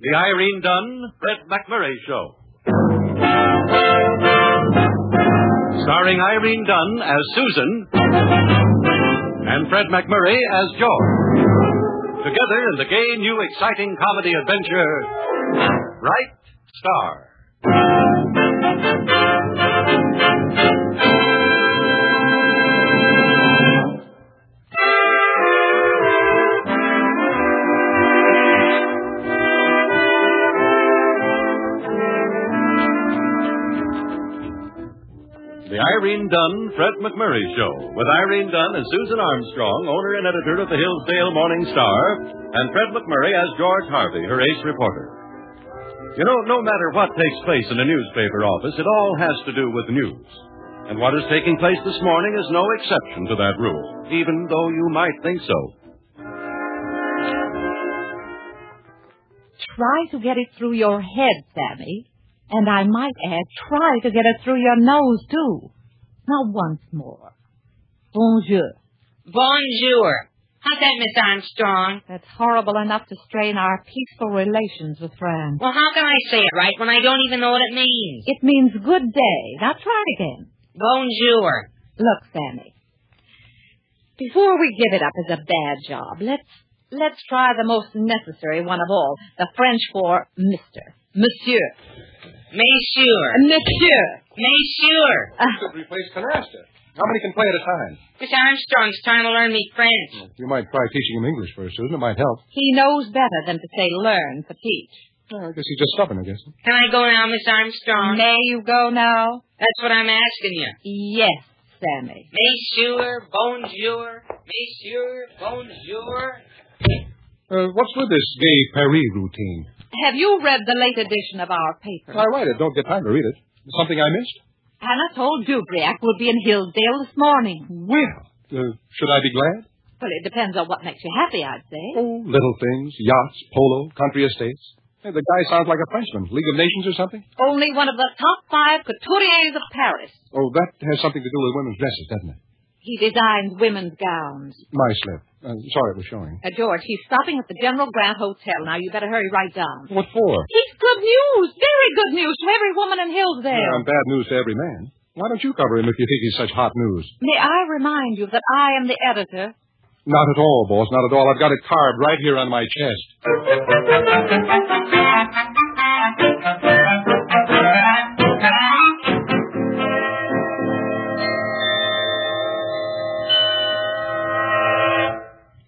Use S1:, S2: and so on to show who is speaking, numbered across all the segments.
S1: The Irene Dunn, Fred McMurray Show. Starring Irene Dunn as Susan and Fred McMurray as George. Together in the gay, new, exciting comedy adventure, Right Star. The Irene Dunn, Fred McMurray Show, with Irene Dunn and Susan Armstrong, owner and editor of the Hillsdale Morning Star, and Fred McMurray as George Harvey, her ace reporter. You know, no matter what takes place in a newspaper office, it all has to do with news. And what is taking place this morning is no exception to that rule, even though you might think so.
S2: Try to get it through your head, Sammy. And I might add, try to get it through your nose, too. Now, once more. Bonjour.
S3: Bonjour. How's that, Miss Armstrong?
S2: That's horrible enough to strain our peaceful relations with France.
S3: Well, how can I say it right when I don't even know what it means?
S2: It means good day. Now, try it again.
S3: Bonjour.
S2: Look, Sammy. Before we give it up as a bad job, let's let's try the most necessary one of all, the French for Mister, Monsieur,
S3: Monsieur.
S2: Monsieur.
S3: Monsieur.
S2: Uh,
S4: should replace canasta. How many can play at a time?
S3: Miss Armstrong's trying to learn me French.
S4: You might try teaching him English first, Susan. It might help.
S2: He knows better than to say learn for teach.
S4: I guess he's just stubborn, I guess.
S3: Can I go now, Miss Armstrong?
S2: May you go now?
S3: That's what I'm asking you.
S2: Yes, Sammy.
S3: Monsieur. Bonjour. Monsieur. Bonjour.
S4: Uh, what's with this gay Paris routine?
S2: Have you read the late edition of our paper?
S4: I write it. Don't get time to read it. Something I missed?
S2: Anatole Dubriac will be in Hillsdale this morning.
S4: Well. Uh, should I be glad?
S2: Well, it depends on what makes you happy, I'd say.
S4: Oh, little things. Yachts, polo, country estates. Hey, the guy sounds like a Frenchman. League of Nations or something?
S2: Only one of the top five couturiers of Paris.
S4: Oh, that has something to do with women's dresses, doesn't it?
S2: He designs women's gowns.
S4: My slip. Uh, sorry it was showing.
S2: Uh, George, he's stopping at the General Grant Hotel. Now, you better hurry right down.
S4: What for?
S2: It's good news, very good news to every woman in Hillsdale.
S4: Yeah, I'm bad news to every man. Why don't you cover him if you think he's such hot news?
S2: May I remind you that I am the editor?
S4: Not at all, boss. Not at all. I've got it carved right here on my chest.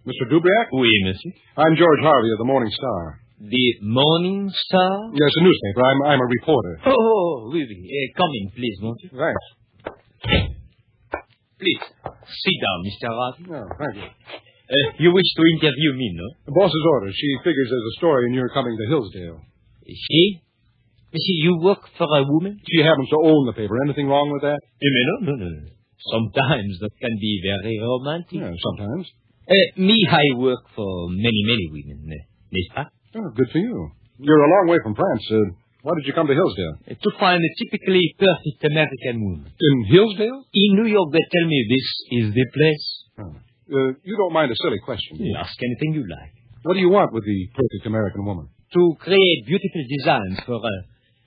S4: Mr. Dubriac?
S5: Oui, monsieur.
S4: I'm George Harvey of the Morning Star.
S5: The Morning Star?
S4: Yes, a newspaper. I'm, I'm a reporter.
S5: Oh, oui, oui. Eh, come in, please, monsieur.
S4: Thanks.
S5: Please, sit down, Mr. Harvey.
S4: No, Oh, thank you.
S5: Uh, you wish to interview me, no?
S4: The boss's orders. She figures there's a story and you're coming to Hillsdale.
S5: She? Monsieur, you work for a woman?
S4: She happens to own the paper. Anything wrong with that?
S5: Eh, mais no, no, no. no. Sometimes that can be very romantic.
S4: Yeah, sometimes.
S5: Uh, me, I work for many, many women, eh, n'est-ce pas?
S4: Oh, good for you. You're a long way from France. Uh, why did you come to Hillsdale?
S5: Uh, To find a typically perfect American woman.
S4: In Hillsdale?
S5: In New York, they tell me this is the place.
S4: Uh, you don't mind a silly question.
S5: You ask anything you like.
S4: What do you want with the perfect American woman?
S5: to create beautiful designs for uh,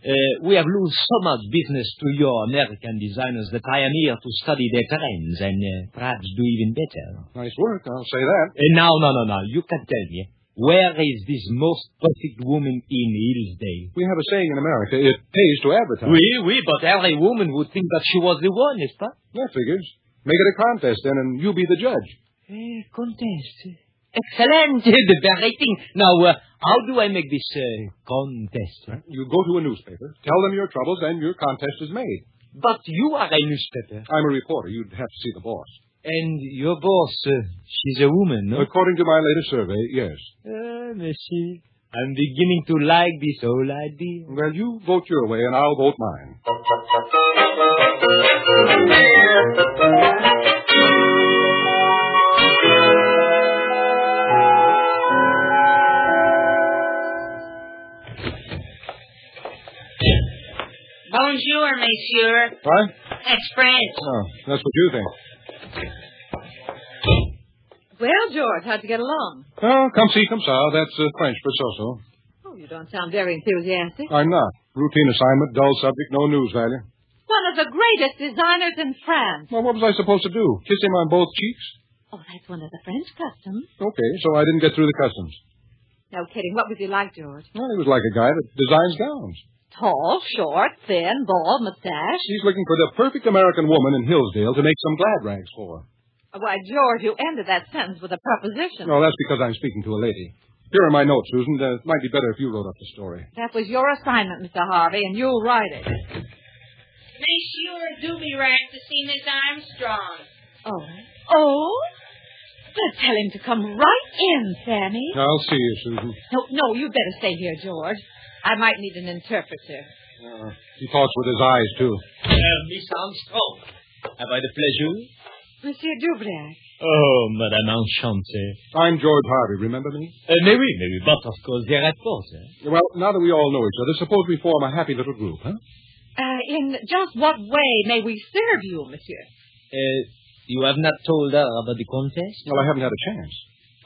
S5: uh, we have lost so much business to your American designers that I am here to study their trends and uh, perhaps do even better.
S4: Nice work, I'll say that.
S5: Uh, now, no, no, no, you can tell me. Where is this most perfect woman in Hillsdale?
S4: We have a saying in America, it pays to advertise.
S5: Oui, oui, but every woman would think that she was the one, n'est-ce pas?
S4: That figures. Make it a contest then, and you be the judge.
S5: Eh, contest. Excellent, the very thing. Now, uh, how do I make this uh, contest?
S4: You go to a newspaper, tell them your troubles, and your contest is made.
S5: But you are a newspaper,
S4: I'm a reporter. You'd have to see the boss.
S5: and your boss, uh, she's a woman, no?
S4: According to my latest survey, yes.
S5: Ah, monsieur, I'm beginning to like this whole idea.
S4: Well, you vote your way, and I'll vote mine.
S3: Bonjour, Monsieur.
S4: What?
S3: That's French.
S4: Oh, that's what you think.
S2: Well, George, how'd you get along?
S4: Oh, come see, come saw. That's uh, French for so-so.
S2: Oh, You don't sound very enthusiastic.
S4: I'm not. Routine assignment, dull subject, no news value.
S2: One of the greatest designers in France.
S4: Well, what was I supposed to do? Kiss him on both cheeks?
S2: Oh, that's one of the French customs.
S4: Okay, so I didn't get through the customs.
S2: No kidding. What would you like, George?
S4: Well, he was like a guy that designs gowns.
S2: Tall, short, thin, bald, mustache.
S4: He's looking for the perfect American woman in Hillsdale to make some glad rags for.
S2: Why, George, you ended that sentence with a preposition.
S4: No, that's because I'm speaking to a lady. Here are my notes, Susan. Uh, it might be better if you wrote up the story.
S2: That was your assignment, Mr. Harvey, and you'll write it.
S3: Monsieur Doobie Rack to see Miss Armstrong.
S2: Oh. Oh? Then tell him to come right in, Sammy.
S4: I'll see you, Susan.
S2: No, no, you better stay here, George. I might need an interpreter.
S4: Uh, he talks with his eyes, too.
S5: Uh, Miss Armstrong, have I the pleasure?
S2: Monsieur Dubrac.
S5: Oh, Madame Enchantée.
S4: I'm George Harvey, remember me?
S5: Uh, mais oui, mais oui, but of course, there eh? at both.
S4: Well, now that we all know each other, suppose we form a happy little group, huh?
S2: Uh, in just what way may we serve you, monsieur?
S5: Uh, you have not told her about the contest?
S4: Well, I haven't had a chance.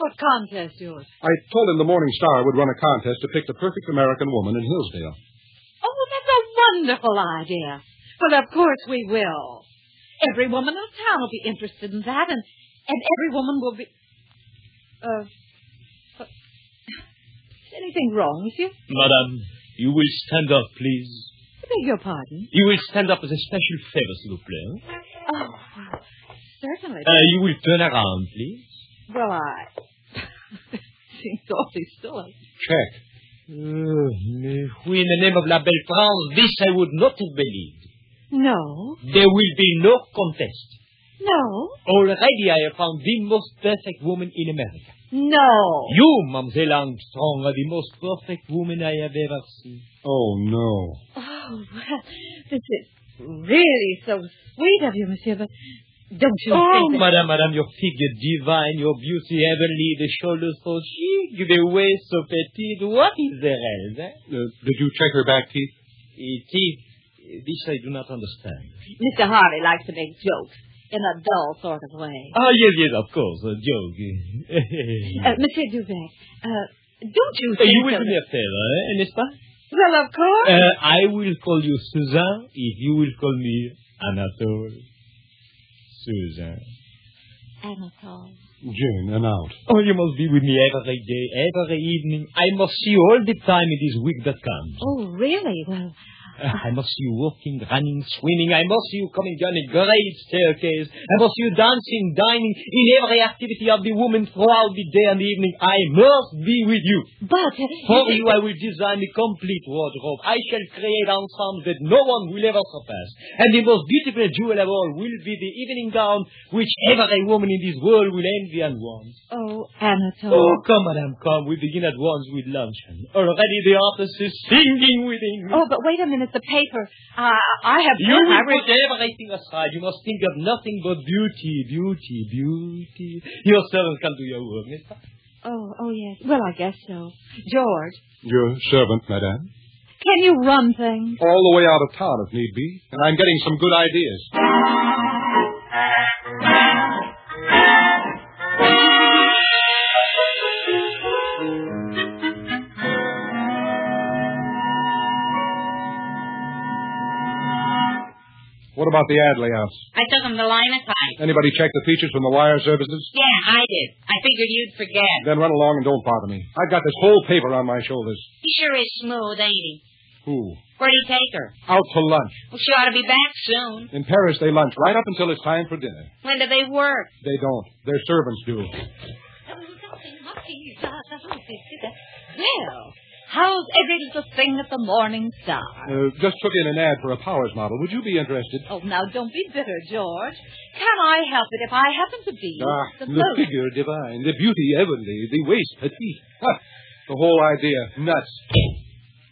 S2: What contest, George?
S4: I told him the Morning Star would run a contest to pick the perfect American woman in Hillsdale.
S2: Oh, that's a wonderful idea. Well, of course we will. Every woman in town will be interested in that, and, and every woman will be. Uh, uh, is anything wrong with you?
S5: Madame, you will stand up, please.
S2: I beg your pardon.
S5: You will stand up as a special favor, s'il vous plaît. eh?
S2: Oh, well, certainly.
S5: Uh, you will turn around, please.
S2: well, I. Seems awfully silly.
S4: Check.
S5: Oh, mais oui, in the name of la belle France, this I would not have believed.
S2: No,
S5: There will be no contest.
S2: no,
S5: Already I have found the most perfect woman in America.
S2: no.
S5: You, Mademoiselle Armstrong, are the most perfect woman I have ever seen.
S4: Oh, no.
S2: Oh, well, this is really so sweet of you, monsieur, but don't you
S5: Oh,
S2: think that...
S5: madame, madame, your figure divine, your beauty heavenly, the shoulders so chic, the waist so petite. What is there else?
S4: Uh,
S5: Eh?
S4: did you check her back teeth?
S5: It is. This I do not understand.
S2: Mr. Harvey likes to make jokes in a dull sort of way.
S5: Ah, yes, yes, of course, a joke. Eh,
S2: Uh, Monsieur Duvac, uh, don't you think
S5: you
S2: so
S5: will do me a favor, eh, n'est-ce pas?
S2: Well, of course.
S5: Uh, I will call you Suzanne if you will call me Anatole. Suzanne.
S2: Anatole.
S4: Jane, and out.
S5: Oh, you must be with me every day, every evening. I must see you all the time in this week that comes.
S2: Oh, really? Well,
S5: Uh, I must see you walking, running, swimming. I must see you coming down a great staircase. I must see you dancing, dining, in every activity of the woman throughout the day and the evening. I must be with you.
S2: but... uh,
S5: For you, I will design a complete wardrobe. I shall create ensembles that no one will ever surpass. And the most beautiful jewel of all will be the evening gown which every woman in this world will envy and want.
S2: Oh,
S5: Oh,
S2: Anatole.
S5: come, madame, come. We begin at once with luncheon. Already the artist is singing with English.
S2: Oh, but wait a minute, the paper. Uh, I have...
S5: You will
S2: I re-
S5: put everything aside. You must think of nothing but beauty, beauty, beauty. Your servants can do your work, n'est-ce pas?
S2: Oh, oh, yes. Well, I guess so. George,
S4: Your servant, madame.
S2: can you run things?
S4: All the way out of town, if need be. And I'm getting some good ideas. What about the ad layouts?
S3: I took him to line of sight.
S4: Anybody check the features from the wire services?
S3: Yeah, I did. I figured you'd forget.
S4: Then run along and don't bother me. I've got this whole paper on my shoulders.
S3: He sure is smooth, ain't he?
S4: Who?
S3: Where'd he take her?
S4: Out to lunch.
S3: Well, she ought to be back soon.
S4: In Paris, they lunch right up until it's time for dinner.
S3: When do they work?
S4: They don't. Their servants do.
S2: Well, how's every little thing at the Morning Star?
S4: Uh, just took in an ad for a Powers model. Would you be interested?
S2: Oh, now don't be bitter, George. Can I help it if I happen to be
S4: Ah,
S2: the
S4: the
S2: most?
S4: figure divine, the beauty heavenly, the waist petite. Huh. The whole idea nuts.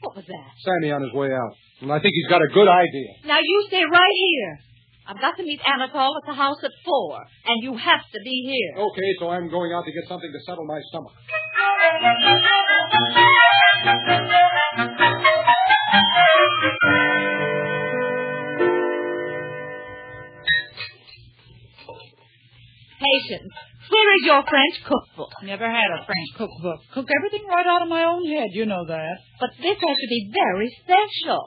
S2: What was that?
S4: Sammy on his way out, and I think he's got a good idea.
S2: Now you stay right here. I've got to meet Anatole at the house at four, and you have to be here.
S4: Okay, so I'm going out to get something to settle my stomach.
S2: Patience. Where is your French cookbook?
S6: Never had a French cookbook. Cook everything right out of my own head, you know that.
S2: But this has to be very special.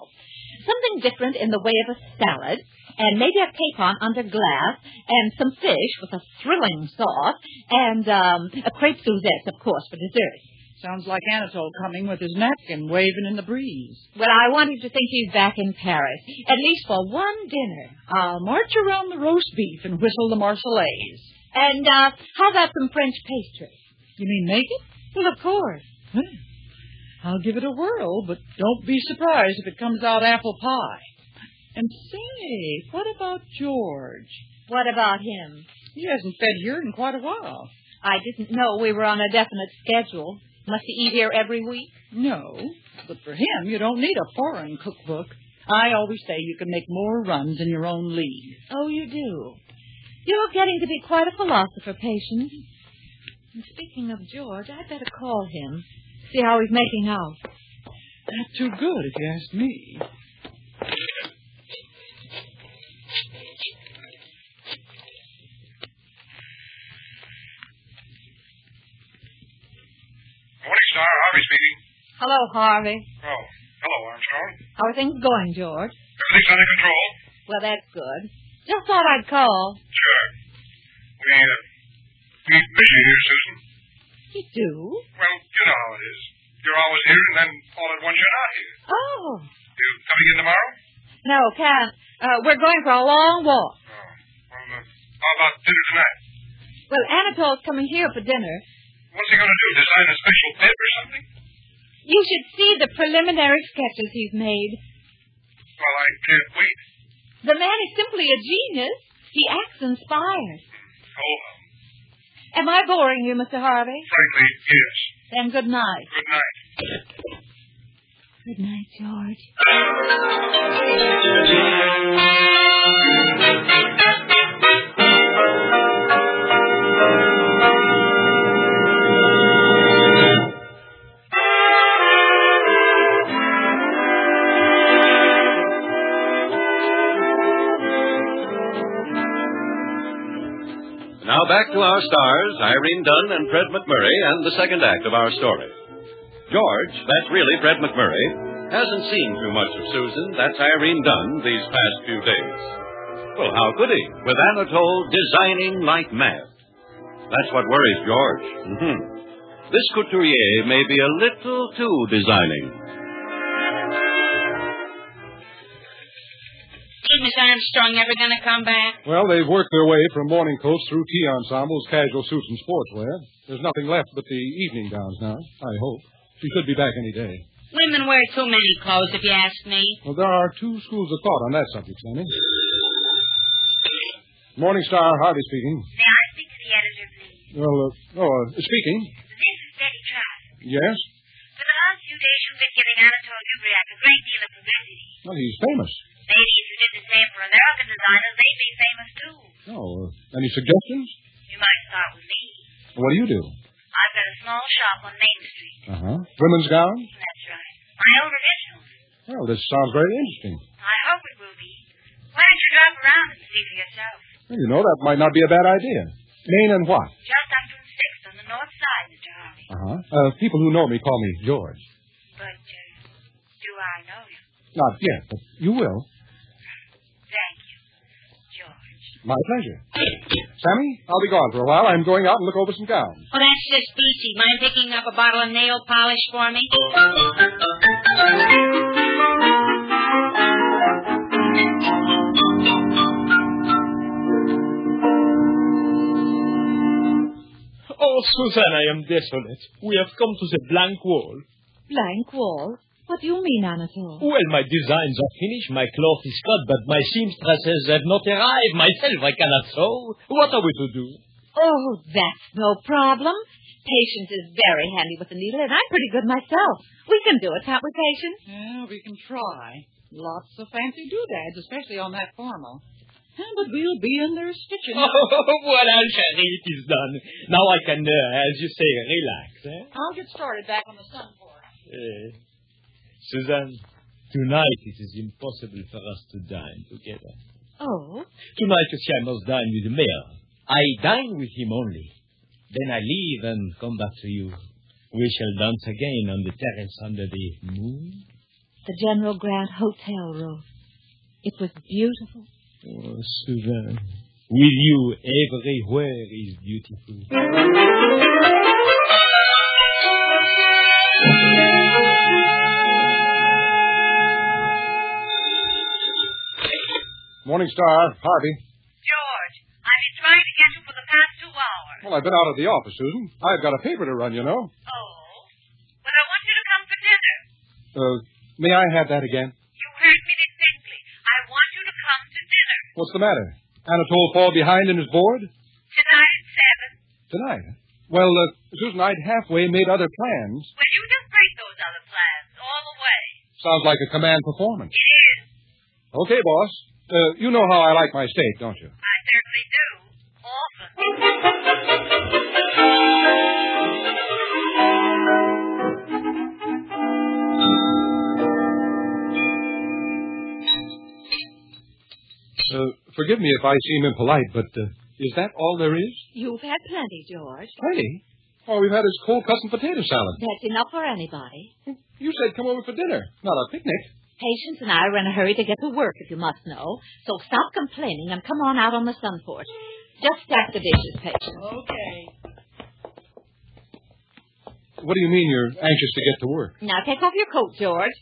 S2: Something different in the way of a salad, and maybe a capon under glass, and some fish with a thrilling sauce, and um, a crepe Suzette, of course, for dessert.
S6: Sounds like Anatole coming with his napkin waving in the breeze.
S2: Well, I want him to think he's back in Paris, at least for one dinner.
S6: I'll march around the roast beef and whistle the Marseillaise.
S2: And uh, how about some French pastry?
S6: You mean make it?
S2: Well, of course.
S6: Well, I'll give it a whirl, but don't be surprised if it comes out apple pie. And say, what about George?
S2: What about him?
S6: He hasn't fed here in quite a while.
S2: I didn't know we were on a definite schedule. Must he eat here every week?
S6: No, but for him, you don't need a foreign cookbook. I always say you can make more runs in your own league.
S2: Oh, you do. You're getting to be quite a philosopher, Patience. And speaking of George, I'd better call him, see how he's making out.
S6: Not too good, if you ask me.
S7: Morning, Star. Harvey speaking.
S2: Hello, Harvey.
S7: Oh, hello, Armstrong.
S2: How are things going, George?
S7: Everything's under control?
S2: Well, that's good. Just thought I'd call.
S7: Sure. We, uh, we miss you here, Susan.
S2: You do?
S7: Well, you know how it is. You're always here, and then all at once you're not here.
S2: Oh.
S7: You coming in tomorrow?
S2: No, can't. Uh, we're going for a long walk.
S7: Oh. Well, uh, how about dinner tonight?
S2: Well, Anatole's coming here for dinner.
S7: What's he going to do? Design a special bed or something?
S2: You should see the preliminary sketches he's made.
S7: Well, I can't wait.
S2: The man is simply a genius. He acts inspired.
S7: Oh, well.
S2: Am I boring you, Mr. Harvey?
S7: frankly, yes.
S2: Then good night.
S7: Good night.
S2: Good night, George.
S1: Now back to our stars, Irene Dunn and Fred McMurray, and the second act of our story. George, that's really Fred McMurray, hasn't seen too much of Susan, that's Irene Dunn, these past few days. Well, how could he? With Anatole designing like mad. That's what worries George. hmm This couturier may be a little too designing.
S3: Is Miss Armstrong ever going to come back?
S4: Well, they've worked their way from morning coats through tea ensembles, casual suits, and sportswear. There's nothing left but the evening gowns now, I hope. She should be back any day.
S3: Women wear too many clothes, if you ask me.
S4: Well, there are two schools of thought on that subject, Sammy. Morning Star, Harvey speaking.
S3: May I speak to the editor, please?
S4: Well, uh, oh, uh, speaking.
S3: This is Betty Trout.
S4: Yes?
S3: For the last few days, you've been giving Anatole Dubriac a great deal of publicity.
S4: Well, he's famous.
S3: Maybe if you did the same for American designers, they'd be famous too.
S4: Oh, uh, any suggestions?
S3: You might start with me.
S4: What do you do?
S3: I've got a small shop on Main Street.
S4: Uh huh. Women's gown?
S3: That's right. My own originals.
S4: Well, this sounds very interesting.
S3: I hope it will be. Why don't you drop around and see for yourself?
S4: Well, you know, that might not be a bad idea. Maine and what?
S3: Just up from 6th on the north side, Mr. Harvey.
S4: Uh-huh. Uh People who know me call me George.
S3: But, uh, do I know you?
S4: Not yet, but you will.
S3: Thank you, George.
S4: My pleasure. Sammy, I'll be gone for a while. I'm going out and look over some gowns.
S3: Oh, that's just easy. Mind picking up a bottle of nail polish for me?
S5: Oh, Susan, I am desolate. We have come to the blank wall.
S2: Blank wall? What do you mean, Anatole?
S5: Well, my designs are finished, my cloth is cut, but my seamstresses have not arrived. Myself, I cannot sew. What are we to do?
S2: Oh, that's no problem. Patience is very handy with the needle, and I'm pretty good myself. We can do it, can't we, Patience?
S6: Yeah, we can try. Lots of fancy doodads, especially on that formal. Yeah, But we'll be in there stitching.
S5: Oh, voilà, chérie, it is done. Now I can, uh, as you say, relax. Eh?
S6: I'll get started back on the sunboard.
S5: Uh, Susan, tonight it is impossible for us to dine together.
S2: Oh,
S5: Tonight, you see, I must dine with the mayor. I dine with him only. Then I leave and come back to you. We shall dance again on the terrace under the moon.
S2: The General Grant Hotel room. It was beautiful.
S5: Oh, Suzanne, with you everywhere is beautiful.
S4: Morning Star, Harvey.
S3: George, I've been trying to get you for the past two hours.
S4: Well, I've been out of the office, Susan. I've got a paper to run, you know.
S3: Oh? But I want you to come for dinner.
S4: Uh, may I have that again?
S3: You heard me distinctly. I want you to come to dinner.
S4: What's the matter? Anatole fall behind in his board?
S3: Tonight at seven.
S4: Tonight? Well, uh, Susan, I'd halfway made other plans.
S3: Will you just break those other plans all the way?
S4: Sounds like a command performance.
S3: It is.
S4: Okay, boss. Uh, you know how I like my steak, don't you?
S3: I certainly do. Often.
S4: Uh, forgive me if I seem impolite, but uh, is that all there is?
S2: You've had plenty, George.
S4: Plenty. All we've had is cold cuts and potato salad.
S2: That's enough for anybody.
S4: You said come over for dinner, not a picnic.
S2: Patience and I are in a hurry to get to work, if you must know. So stop complaining and come on out on the sun porch. Just stack the dishes, Patience.
S6: Okay.
S4: What do you mean you're anxious to get to work?
S2: Now take off your coat, George,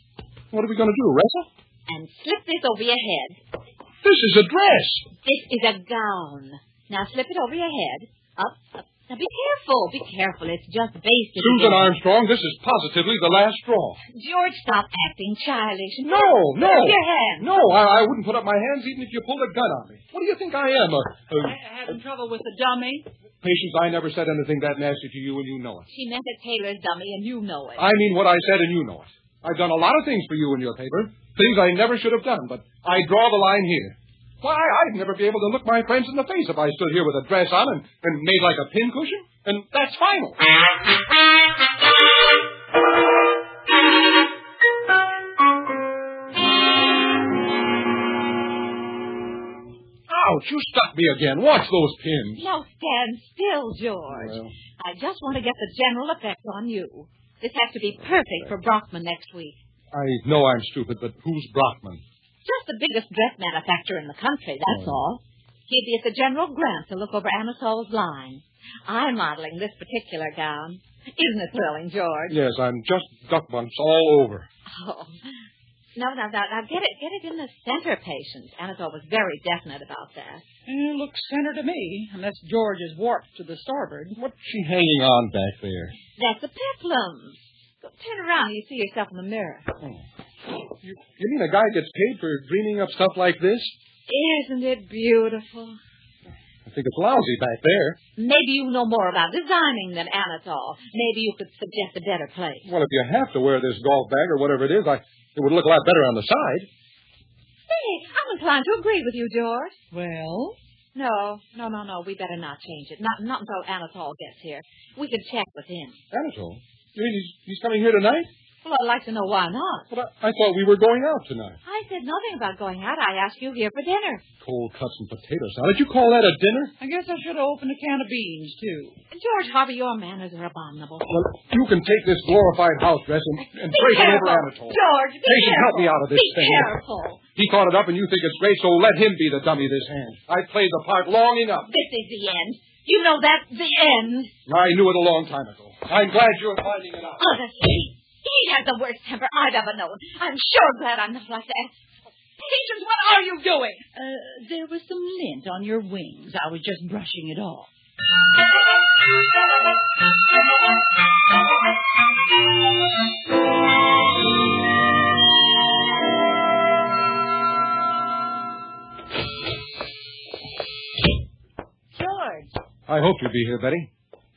S4: What are we going to do, wrestle?
S2: and slip this over your head.
S4: This is a dress.
S2: This is a gown. Now slip it over your head. Up, up. Now be careful, be careful. It's just basted.
S4: Susan
S2: against-
S4: Armstrong, this is positively the last straw.
S2: George, stop acting childish.
S4: No, no.
S2: Put up your hand.
S4: No, I, I wouldn't put up my hands even if you pulled a gun on me. What do you think I am? A, a
S6: having trouble with the dummy?
S4: patience, I never said anything that nasty to you, and you know it.
S2: She meant a tailor's dummy, and you know it.
S4: I mean what I said, and you know it. I've done a lot of things for you in your paper, things I never should have done, but I draw the line here. Why, I'd never be able to look my friends in the face if I stood here with a dress on and, and made like a pincushion, and that's final. Ouch, you stuck me again. Watch those pins.
S2: Now stand still, George.
S4: Well.
S2: I just want to get the general effect on you. This has to be perfect for Brockman next week.
S4: I know I'm stupid, but who's Brockman?
S2: Just the biggest dress manufacturer in the country,
S4: Oh.
S2: that's all. He'll be at the General Grant to look over Anatole's line. I'm modeling this particular gown. Isn't it thrilling, George?
S4: Yes, I'm just duck bumps all over.
S2: Oh. No, no, no, now get it, get it in the center, patient. Anatole was very definite about that.
S6: It looks center to me, unless George is warped to the starboard.
S4: What's she hanging on back there?
S2: That's a peplum. Go turn around, you see yourself in the mirror.
S4: You, you mean a guy gets paid for dreaming up stuff like this?
S2: Isn't it beautiful?
S4: I think it's lousy back there.
S2: Maybe you know more about designing than Anatole. Maybe you could suggest a better place.
S4: Well, if you have to wear this golf bag or whatever it is, I, it would look a lot better on the side.
S2: Hey, I'm inclined to agree with you, George.
S6: Well,
S2: No, no, no, no. We better not change it. Not not until Anatole gets here. We can check with him.
S4: Anatole, you mean he's, he's coming here tonight?
S2: Well, I'd like to know why not.
S4: But I, I thought we were going out tonight.
S2: I said nothing about going out. I asked you here for dinner.
S4: Cold cuts and potato salad. You call that a dinner?
S6: I guess I should have opened a can of beans, too.
S2: George Harvey, your manners are abominable.
S4: Well, you can take this glorified house dress and, and trace it over Anatole.
S2: George, be
S4: Jason,
S2: careful.
S4: help me out of this
S2: be
S4: thing.
S2: careful.
S4: He caught it up, and you think it's great, so let him be the dummy this hand. I played the part long enough.
S2: This is the end. You know that's the end.
S4: I knew it a long time ago. I'm glad you're finding it out.
S2: Honestly, he has the worst temper I've ever known. I'm sure glad I'm not like that. Patience, what are you doing?
S6: Uh, there was some lint on your wings. I was just brushing it off.
S2: George.
S4: I hope you'll be here, Betty.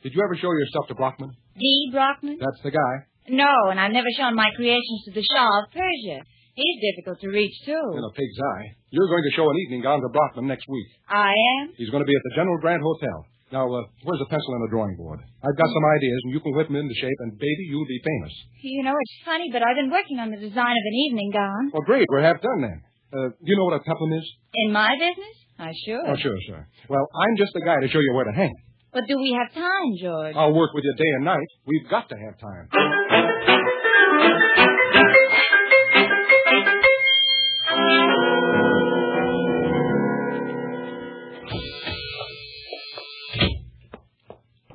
S4: Did you ever show your stuff to Brockman?
S3: D. Brockman?
S4: That's the guy.
S3: No, and I've never shown my creations to the Shah of Persia. He's difficult to reach,
S4: In
S3: too.
S4: a pig's eye. You're going to show an evening gown to Brockman next week.
S3: I am?
S4: He's going to be at the General Grant Hotel. Now, uh, where's a pencil and a drawing board? I've got some ideas, and you can whip them into shape, and baby, you'll be famous.
S3: You know, it's funny, but I've been working on the design of an evening gown.
S4: Well, great. We're half done then. Uh, do you know what a peplum is?
S3: In my business? I sure.
S4: Oh, sure, sure. Well, I'm just the guy to show you where to hang. it.
S3: But do we have time, George?
S4: I'll work with you day and night. We've got to have time.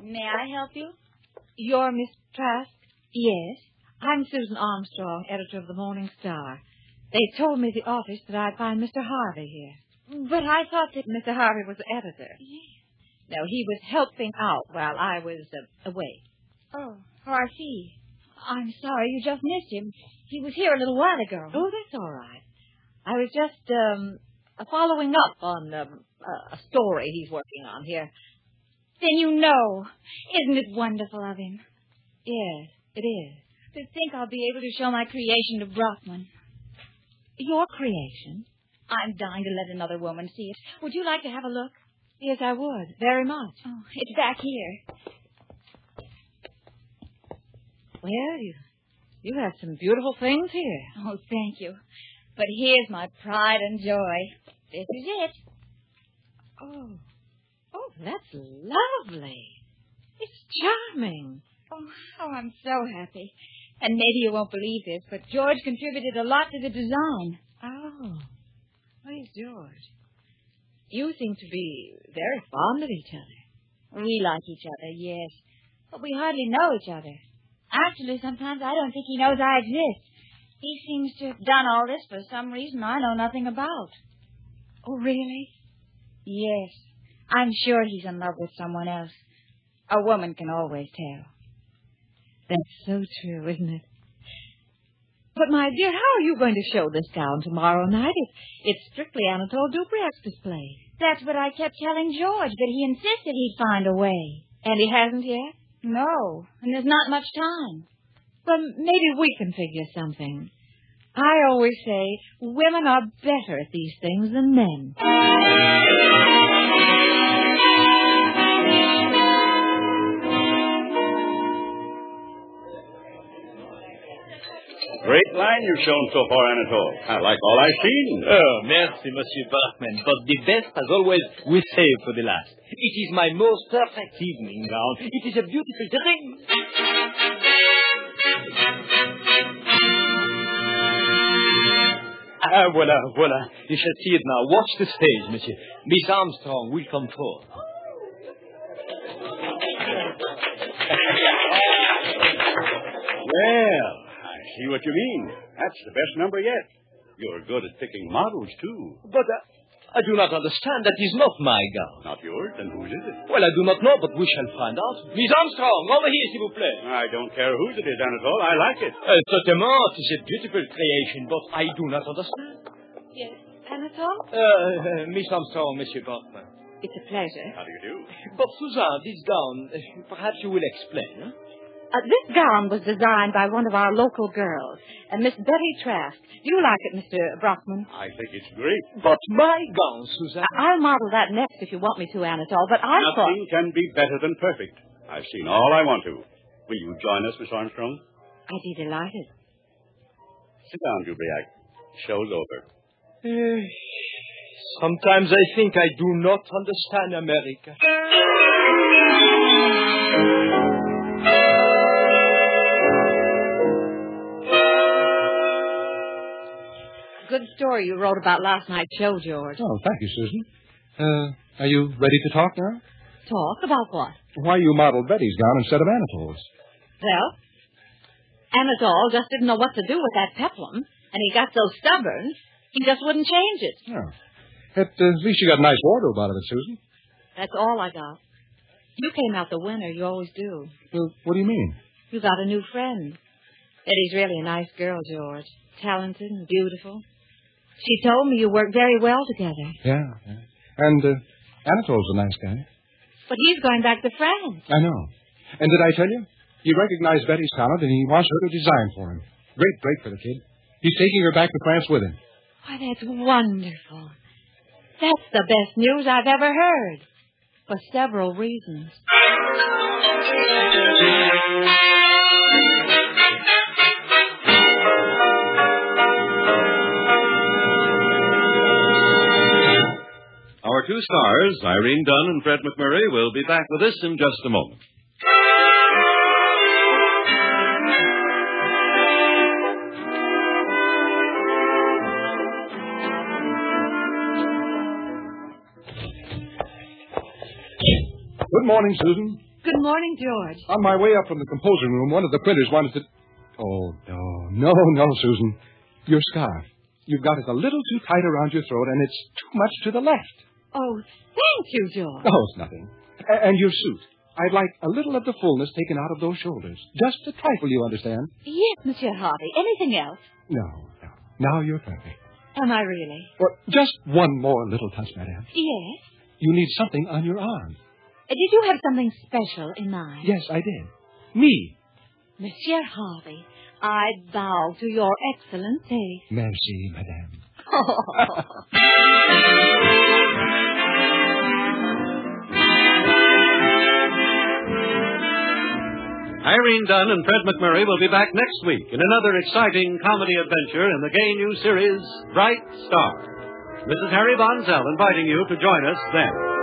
S3: May I help you?
S2: You're Miss Trask? Yes. I'm Susan Armstrong, editor of the Morning Star. They told me at the office that I'd find Mr. Harvey here. But I thought that Mr. Harvey was the editor. No, he was helping out while I was uh, away.
S3: Oh, oh, I see. I'm sorry, you just missed him. He was here a little while ago.
S2: Oh, that's all right. I was just um, uh, following up on um, uh, a story he's working on here.
S3: Then you know. Isn't it wonderful of him?
S2: Yes, it is.
S3: To think I'll be able to show my creation to Brockman.
S2: Your creation?
S3: I'm dying to let another woman see it. Would you like to have a look?
S2: Yes, I would, very much.
S3: Oh, it's back here.
S2: Well, you, you have some beautiful things here.
S3: Oh, thank you. But here's my pride and joy. This is it.
S2: Oh, oh, that's lovely. It's charming.
S3: Oh, oh, I'm so happy. And maybe you won't believe this, but George contributed a lot to the design.
S2: Oh, where's George? You seem to be very fond of each other.
S3: We like each other, yes. But we hardly know each other. Actually, sometimes I don't think he knows I exist. He seems to have done all this for some reason I know nothing about.
S2: Oh, really?
S3: Yes. I'm sure he's in love with someone else. A woman can always tell.
S2: That's so true, isn't it? But, my dear, how are you going to show this down tomorrow night? It, it's strictly Anatole Dubrek's display.
S3: That's what I kept telling George, but he insisted he'd find a way.
S2: And he hasn't yet?
S3: No, and there's not much time.
S2: Well, maybe we can figure something. I always say women are better at these things than men.
S1: Great line you've shown so far, Anatole. I like all I've seen.
S5: Oh, merci, Monsieur Bachman. But the best, as always, we save for the last. It is my most perfect evening gown. It is a beautiful dream. Ah, voilà, voilà. You shall see it now. Watch the stage, Monsieur. Miss Armstrong will come forth.
S1: Well, I see what you mean. That's the best number yet. You're good at picking models, too.
S5: But uh, I do not understand. That is not my gown.
S1: Not yours, then whose is it?
S5: Well, I do not know, but we shall find out. Miss Armstrong, over here, s'il vous plaît.
S1: I don't care whose it is, Anatole. I like it.
S5: Uh, certainement, it is a beautiful creation, but I do not understand.
S2: Yes, Anatole?
S5: Uh, uh, Miss Armstrong, Monsieur Bachman.
S2: It's a pleasure.
S1: How do you do?
S5: But Suzanne, this gown, uh, perhaps you will explain. huh?
S2: Uh, this gown was designed by one of our local girls, uh, Miss Betty Trask. Do you like it, Mr. Brockman?
S1: I think it's great.
S5: But my gown, Suzanne.
S2: I- I'll model that next if you want me to, Anatole, but I thought...
S1: Nothing can be better than perfect. I've seen all I want to. Will you join us, Miss Armstrong?
S2: I'd be delighted.
S1: Sit down, Dubriac. Show's over.
S5: Eh, Sometimes I think I do not understand America.
S2: Good story you wrote about last night's show, George.
S4: Oh, thank you, Susan. Uh, are you ready to talk now?
S2: Talk about what?
S4: Why you modeled Betty's gown instead of Anatole's.
S2: Well, Anatole just didn't know what to do with that peplum, and he got so stubborn, he just wouldn't change it.
S4: At, uh, at least you got a nice wardrobe out of it, Susan.
S2: That's all I got. You came out the winner, you always do.
S4: Well, Uh, what do you mean?
S2: You got a new friend. Eddie's really a nice girl, George. Talented and beautiful. She told me you work very well together.
S4: Yeah. yeah. And uh, Anatole's a nice guy.
S2: But he's going back to France.
S4: I know. And did I tell you? He recognized Betty's talent and he wants her to design for him. Great break for the kid. He's taking her back to France with him.
S2: Why, that's wonderful. That's the best news I've ever heard. For several reasons.
S1: Our two stars, Irene Dunn and Fred McMurray, will be back with us in just a moment.
S4: Good morning, Susan.
S8: Good morning, George.
S4: On my way up from the composing room, one of the printers wanted to. Oh, no, no, no, Susan. Your scarf. You've got it a little too tight around your throat, and it's too much to the left.
S8: Oh, thank you, George.
S4: Oh, it's nothing. A- and your suit. I'd like a little of the fullness taken out of those shoulders. Just a trifle, you understand?
S2: Yes, Monsieur Harvey. Anything else?
S4: No, no. Now you're perfect.
S2: Am I really?
S4: Well, just one more little touch, madame.
S2: Yes.
S4: You need something on your arm.
S2: Uh, Did you have something special in mind?
S4: Yes, I did. Me.
S2: Monsieur Harvey, I bow to your excellency.
S4: Merci, madame.
S1: Irene Dunn and Fred McMurray will be back next week in another exciting comedy adventure in the gay new series, Bright Star. This is Harry Bonzell inviting you to join us then.